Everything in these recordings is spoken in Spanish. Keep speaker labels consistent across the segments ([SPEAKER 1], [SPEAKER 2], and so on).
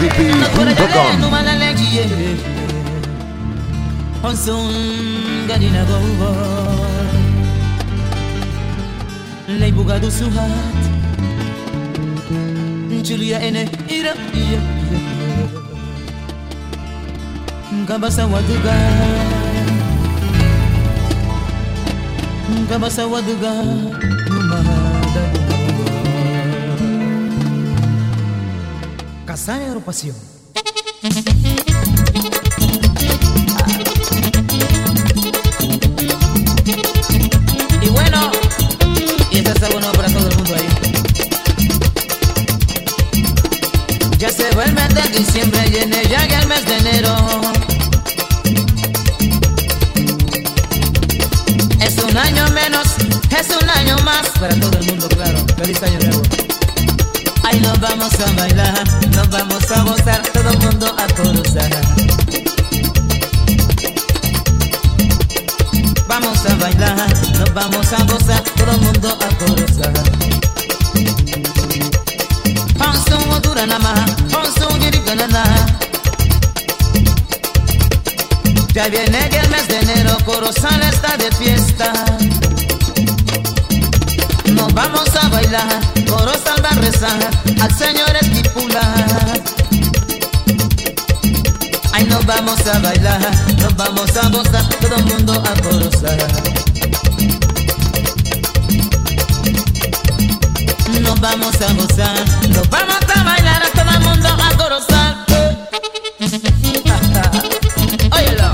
[SPEAKER 1] mixmdp.com.
[SPEAKER 2] Leibuga do Suhat Julia ene ira iya Ngamba sa waduga Ngamba sa waduga Numada Kasaya Europasyon Y bueno, y este es bueno para todo el mundo ahí. Ya se va el mes de diciembre y en ella llega el mes de enero. Es un año menos, es un año más. Para todo el mundo, claro. Feliz año nuevo. Ahí nos vamos a bailar, nos vamos a gozar, todo el mundo a corozar. Vamos a bailar, nos vamos a gozar, todo el mundo a corozar. Hanson Odura Nama, Hanson Yirikanana. Ya viene que el mes de enero, Corozal está de fiesta. Nos vamos a bailar, Corozal va a rezar al Señor estipula. Ay, nos vamos a bailar, nos vamos a gozar, todo el mundo a Corozal. Nos vamos a gozar, nos vamos a bailar a todo el mundo a corozar. Óyelo.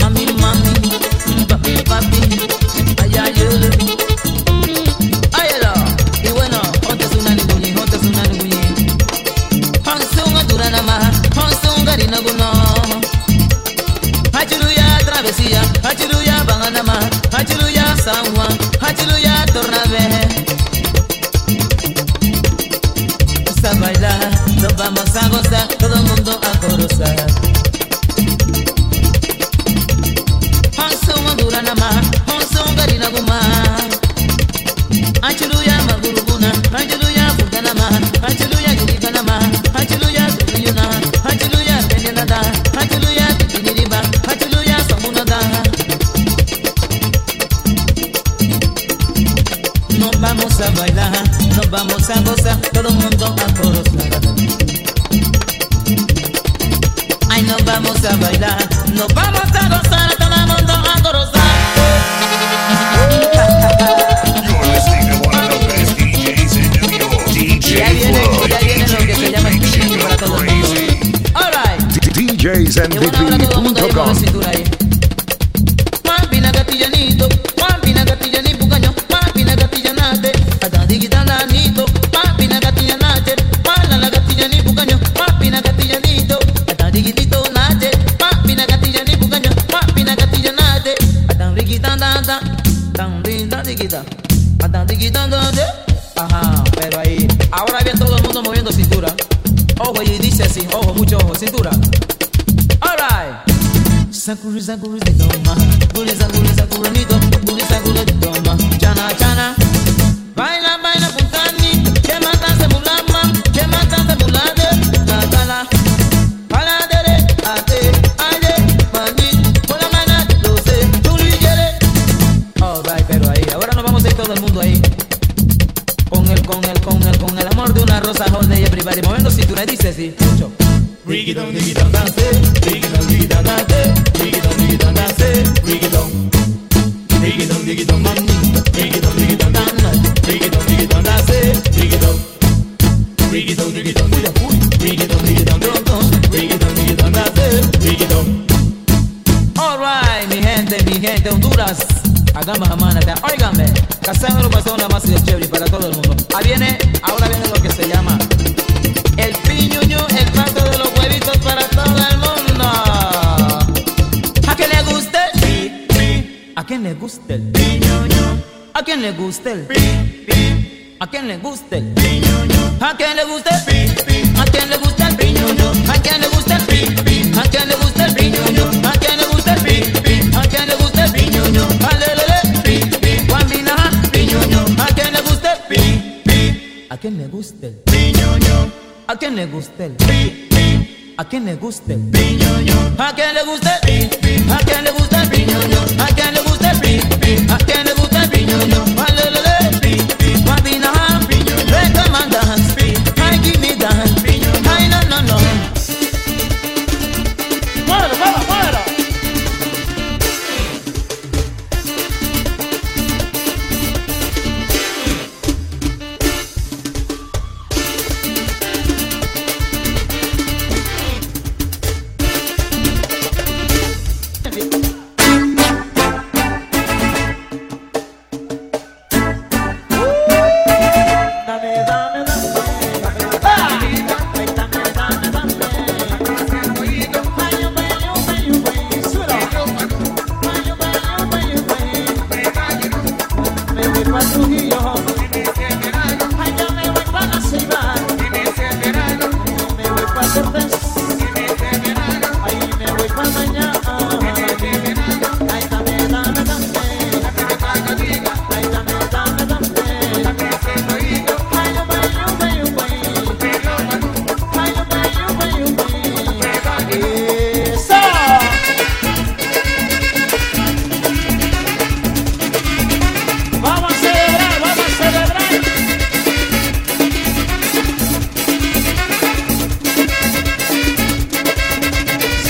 [SPEAKER 2] Mami, mami, papi, papi, ay, ay, ay. Óyelo. Y bueno, ponte su nani guñi, ponte su nani guñi. Honsun odura nama, honsun gari no guno. Hachiruya travesía, hachiruya banganama, hachiruya San Juan, hachiruya tornabe. vamos a bailar, nos vamos a gozar, todo el mundo a corozar. Hanson Honduras Nama, Hanson Garina Guma. Achiluya Maguruguna, Achiluya Futanama, Achiluya Yurikanama, Achiluya Tuyuna, Achiluya Penyanada, Achiluya Tikiniriba, Achiluya Samunada. Nos vamos a bailar, nos vamos a gozar, todo el mundo a corozar. Ay, nos vamos a bailar, nos vamos a gozar, todo el mundo a corozar.
[SPEAKER 3] You're listening to one of the best DJs in New York, DJ
[SPEAKER 2] Y ahí viene,
[SPEAKER 3] Floyd.
[SPEAKER 2] ya viene lo que se llama el chiquillo para todo el mundo. All right. De una hora todo el mundo lleva la
[SPEAKER 1] DJsMVP.com.
[SPEAKER 2] cintura ahí. Mampina gatillanito, mampina gatillani bucaño, mampina gatillanate, atadigitananito, mampina gatillanate, malala gatillani bucaño, mampina gatillanito, atadigitito nate, mampina gatillani bucaño, mampina gatillanate, atadigitanata, tan linda digita, atadigitanate. Ajá, pero ahí. Ahora bien todo el mundo moviendo cintura. Ojo y dice así, ojo, mucho ojo, cintura. All right. Sakuri sakuri di doma, guri sakuri sakuri ni doma, guri sakuri di doma, chana chana. Baila baila puntani, que mata se mulama, que mata se mulade, atala. Ala dere, ate, ale, mani, bola mana, doce, turi yere. All right, pero ahí, ahora nos vamos a ir todo el mundo ahí. Con el, con el, con el, con el amor de una rosa, hold y everybody, moviendo cintura y dice así, mucho. Rigidon, rigidon, dance, rigidon, rigidon, dance, rigidon, rigidon, dance, rigidon. Rigidon, rigidon, man, rigidon, rigidon, dance, rigidon, rigidon, dance, rigidon. Rigidon, rigidon, uy, uy, rigidon, rigidon, pronto, rigidon, rigidon, dance, rigidon. All right, mi gente, mi gente, Honduras. Hagamos amánate. Óigame, Casano lo pasó una más y de chévere para todo el mundo. Ahí viene, ahora viene lo que se llama el piñuño, el pato de los huevitos para todo el mundo. ¿A quién le gusta el pi, pi? ¿A quién le gusta el piñuño? ¿A quién le gusta el pi, pi? ¿A quién le gusta el piñuño? ¿A quién le gusta el pi, pi? ¿A quién le gusta el piñuño? ¿A quién le gusta el pi, pi? ¿A quién le gusta el piñuño? ¿A quién le gusta el pi, pi? ¿A quién le gusta el piñuño? Alelele, pi, pi. Guambina, piñuño. ¿A quién le gusta el pi, pi? ¿A quién le gusta el piñuño? ¿A quién le gusta el pi? ¿A quién le gusta el piñoño? ¿A quién le gusta el pi? ¿A quién le gusta el piñoño? ¿A quién le gusta el pi? ¿A quién le gusta el piñoño? Alelele, pi, pi. Mabina, ven, come and dance. Ay, give me dance. Ay, no, no, no.
[SPEAKER 1] ¡Muévelo, muévelo, muévelo! Dame, dame, dame. ¡Ah! ¡Eso! Vamos a celebrar, vamos a celebrar.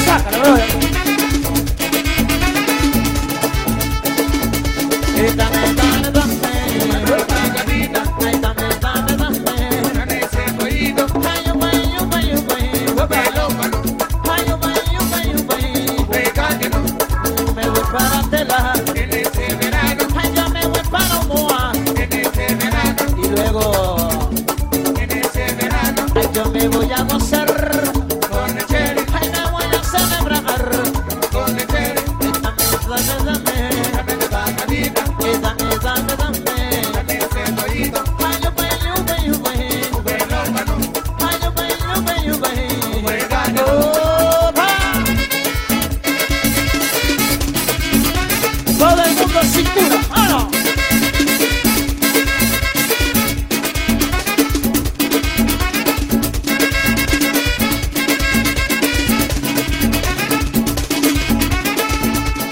[SPEAKER 1] Sácalo, brother. Dame, dame, dame. Me voy para Tela, ay, ya me voy para Omoa. Y luego, ay, yo me voy a gozar, ay, me voy a celebrar. Ay, dame, dame, dame, ay, dame, dame, dame. Ay, yo bailo, bailo, bailo, ay, yo bailo, bailo, bailo. ¡Opa! Todo el mundo en cintura, mano.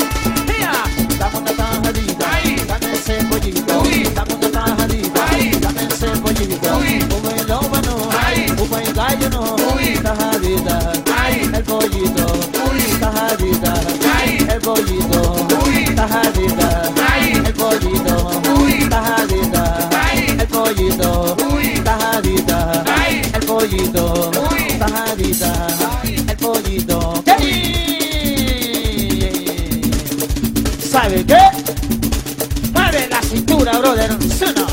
[SPEAKER 1] Dame una tajadita, dame el cebollito, dame una tajadita, dame el cebollito, un melómano, un buen gallo no, tajadita, el pollito, tajadita, el pollito, tajadita, el pollito, tajadita, el pollito, tajadita, el pollito, tajadita, el pollito. ¡Ey! ¿Sabe qué? Mueve la cintura, brother. Suena.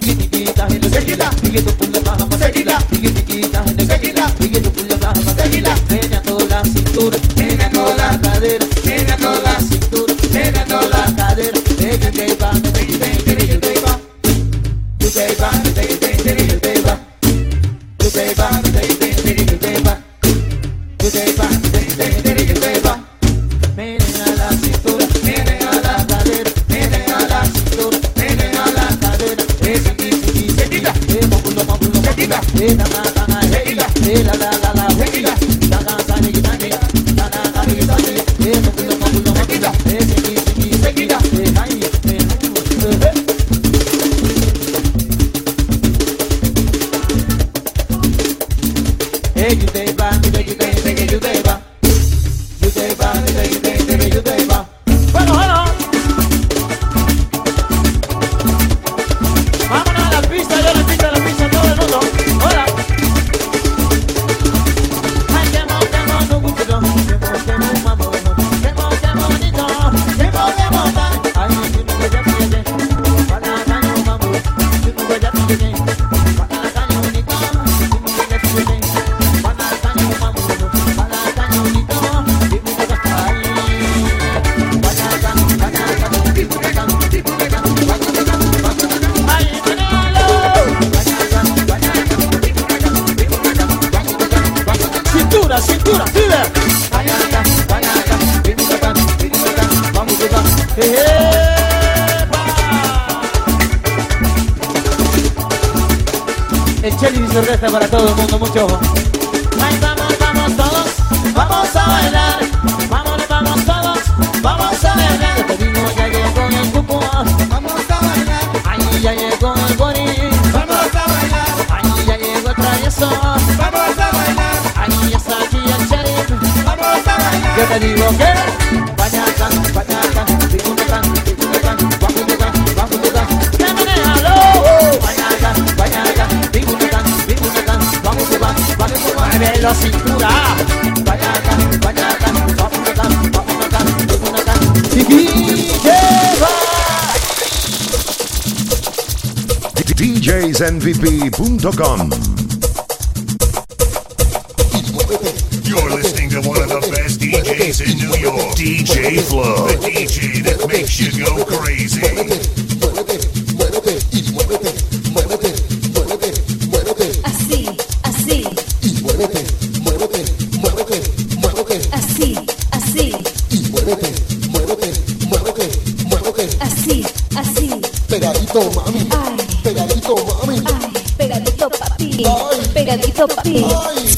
[SPEAKER 1] Tiquitiquita, gente, seguila. Siguiendo por la baja, más seguila. Tiquitiquita, gente, seguila. Siguiendo por la baja, más seguila. Mena toda la cintura, mena toda la cadera. Mena toda la cintura, mena toda la cadera. Venga, que va, venga, venga, que va. Tú que va, venga, venga, que va. Tú que va, venga, venga, que va. Tú que va, venga, venga, que va. Mena a la cintura, mena a la cadera. Mena a la cintura, mena a la cadera. Es aquí, aquí, seguida. Eh, móculo, móculo, seguida. Eh, na, na, na, na, seguida. Eh, la, la, la, la, seguida. La, la, la, seguida, ne. La, la, la, seguida, ne. Eh, móculo, móculo, seguida. Eh, seguí, seguí, seguida. Eh, ay, eh, ay, eh, eh. viene Chelly y sorpresa para todo el mundo, mucho ojo. Ahí vamos, vamos todos, vamos a bailar. Vámonos, vamos todos, vamos a bailar. Ya te digo, ya llegó el cupo.
[SPEAKER 4] Vamos a bailar,
[SPEAKER 1] Ahí ya llegó el boni.
[SPEAKER 4] vamos a bailar,
[SPEAKER 1] Ahí ya llegó el travieso.
[SPEAKER 4] vamos a bailar,
[SPEAKER 1] Ahí ya está aquí el Chelly.
[SPEAKER 4] vamos a bailar.
[SPEAKER 1] Yo te digo que vaya tan, vaya tan, disfruta tan, disfruta tan, guapo tu tan, guapo tu tan, que manéjalo. Vaya tan, vaya tan, disfruta tan, disfruta tan, guapo tu tan, guapo tu tan, mueve la cintura. Vaya tan, vaya tan, guapo tu tan, guapo tu tan, disfruta tan, DJ va.
[SPEAKER 5] DJsNVP.com
[SPEAKER 3] You're listening to one of the best DJs in New York, DJ Flow, the DJ that makes you go crazy.
[SPEAKER 6] Así, así. Y muévete, muévete, muévete. Así, así. Y muévete, muévete, muévete. Así, así.
[SPEAKER 7] Pegadito, mami,
[SPEAKER 6] Ay,
[SPEAKER 7] pegadito, mami.
[SPEAKER 6] ay. Pegadito papi, pegadito papi.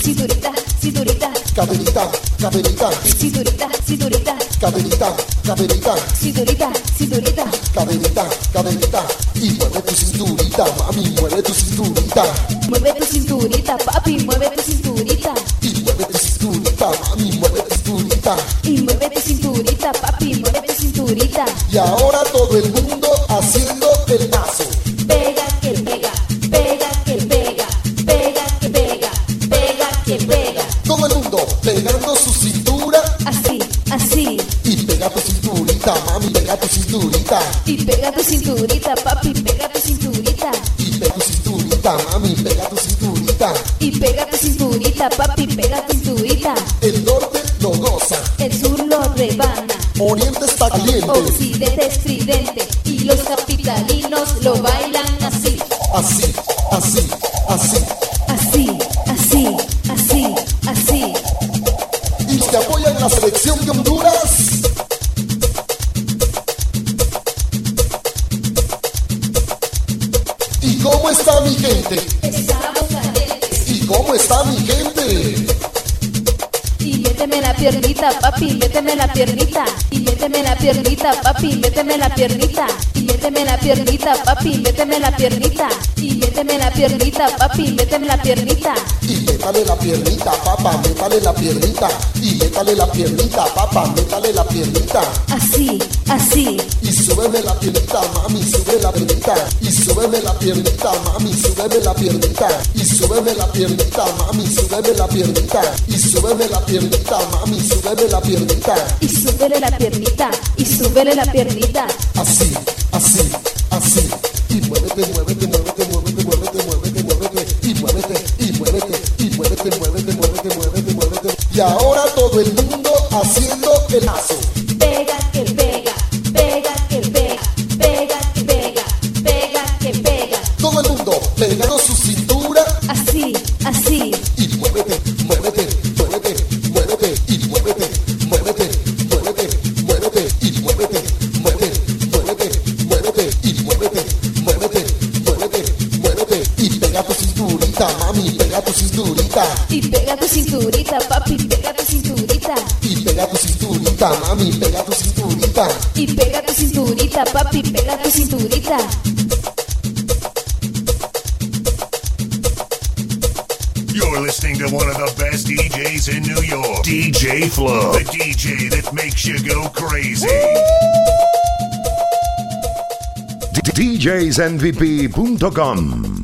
[SPEAKER 6] Cinturita, cinturita,
[SPEAKER 7] Caderita, caderita,
[SPEAKER 6] cinturita, cinturita,
[SPEAKER 7] caderita, caderita,
[SPEAKER 6] cinturita, cinturita.
[SPEAKER 7] caderita, caderita. Y mueve tu cinturita, mami, mueve tu cinturita.
[SPEAKER 6] Mueve tu cinturita papi, mueve tu cinturita.
[SPEAKER 7] Y mueve tu cinturita, mami, mueve tu cinturita.
[SPEAKER 6] Y mueve tu cinturita papi, mueve tu cinturita.
[SPEAKER 7] Y ahora todo el mundo haciendo el paso.
[SPEAKER 6] Pega que pega, pega que pega, pega que pega, pega que pega.
[SPEAKER 7] Todo el mundo pegando su cintura.
[SPEAKER 6] Así, así.
[SPEAKER 7] Y pega tu cinturita, mami, pega tu cinturita.
[SPEAKER 6] Y pega tu cinturita, papi, pega tu cinturita.
[SPEAKER 7] Y pega tu cinturita, mami, pega tu cinturita.
[SPEAKER 6] Y pega tu cinturita, papi, pega tu cinturita.
[SPEAKER 7] El norte lo goza,
[SPEAKER 6] El sur lo rebana,
[SPEAKER 7] oriente está caliente.
[SPEAKER 6] occidente estridente. Y los capitalinos lo bailan así,
[SPEAKER 7] Así, así, así.
[SPEAKER 6] así, así, así, así.
[SPEAKER 7] Y te apoyan la selección de Honduras. ¿Y cómo está mi gente?
[SPEAKER 6] Estamos calientes.
[SPEAKER 7] ¿Y cómo está mi gente?
[SPEAKER 6] Y méteme la piernita, papi, méteme la piernita. Y méteme la piernita, papi, méteme la piernita. Y méteme la piernita, papi, méteme la piernita. Y méteme la piernita, papi, méteme la piernita.
[SPEAKER 7] Y métale la piernita, papá, métale la piernita. Y métale la piernita, papá, métale la piernita.
[SPEAKER 6] Así, así.
[SPEAKER 7] Y súbeme la piernita, mami, sube la piernita. Y súbeme la piernita, mami, súbeme la piernita. Y súbeme la piernita, mami, súbeme la piernita. Y súbeme la piernita, mami, súbeme la piernita.
[SPEAKER 6] Y súbele la piernita, y súbele la piernita.
[SPEAKER 7] Así, así, así. Y muévete, muévete, muévete, muévete, muévete, muévete, muévete. Y muévete, y muévete, y muévete, muévete, muévete, muévete, muévete. Y ahora todo el mundo haciendo el lazo.
[SPEAKER 6] Pega que pega, pega que pega, pega que pega, pega que pega.
[SPEAKER 7] Todo el mundo pegando su cintura.
[SPEAKER 6] Así, así.
[SPEAKER 7] y muévete, muévete, muévete, muévete y muévete, muévete, muévete, muévete y muévete, muévete, muévete, muévete y muévete, muévete, muévete, muévete y pega tu cinturita, mami, pega tu cinturita
[SPEAKER 6] Y pega tu cinturita, papi, pega tu cinturita.
[SPEAKER 7] y pega tu cinturita, mami, pega tu cinturita
[SPEAKER 6] Y pega tu cinturita, papi, pega tu cinturita.
[SPEAKER 3] You're listening to one of the best DJs in New York, DJ Flow, the DJ that makes you go crazy.
[SPEAKER 5] DJsNVP.com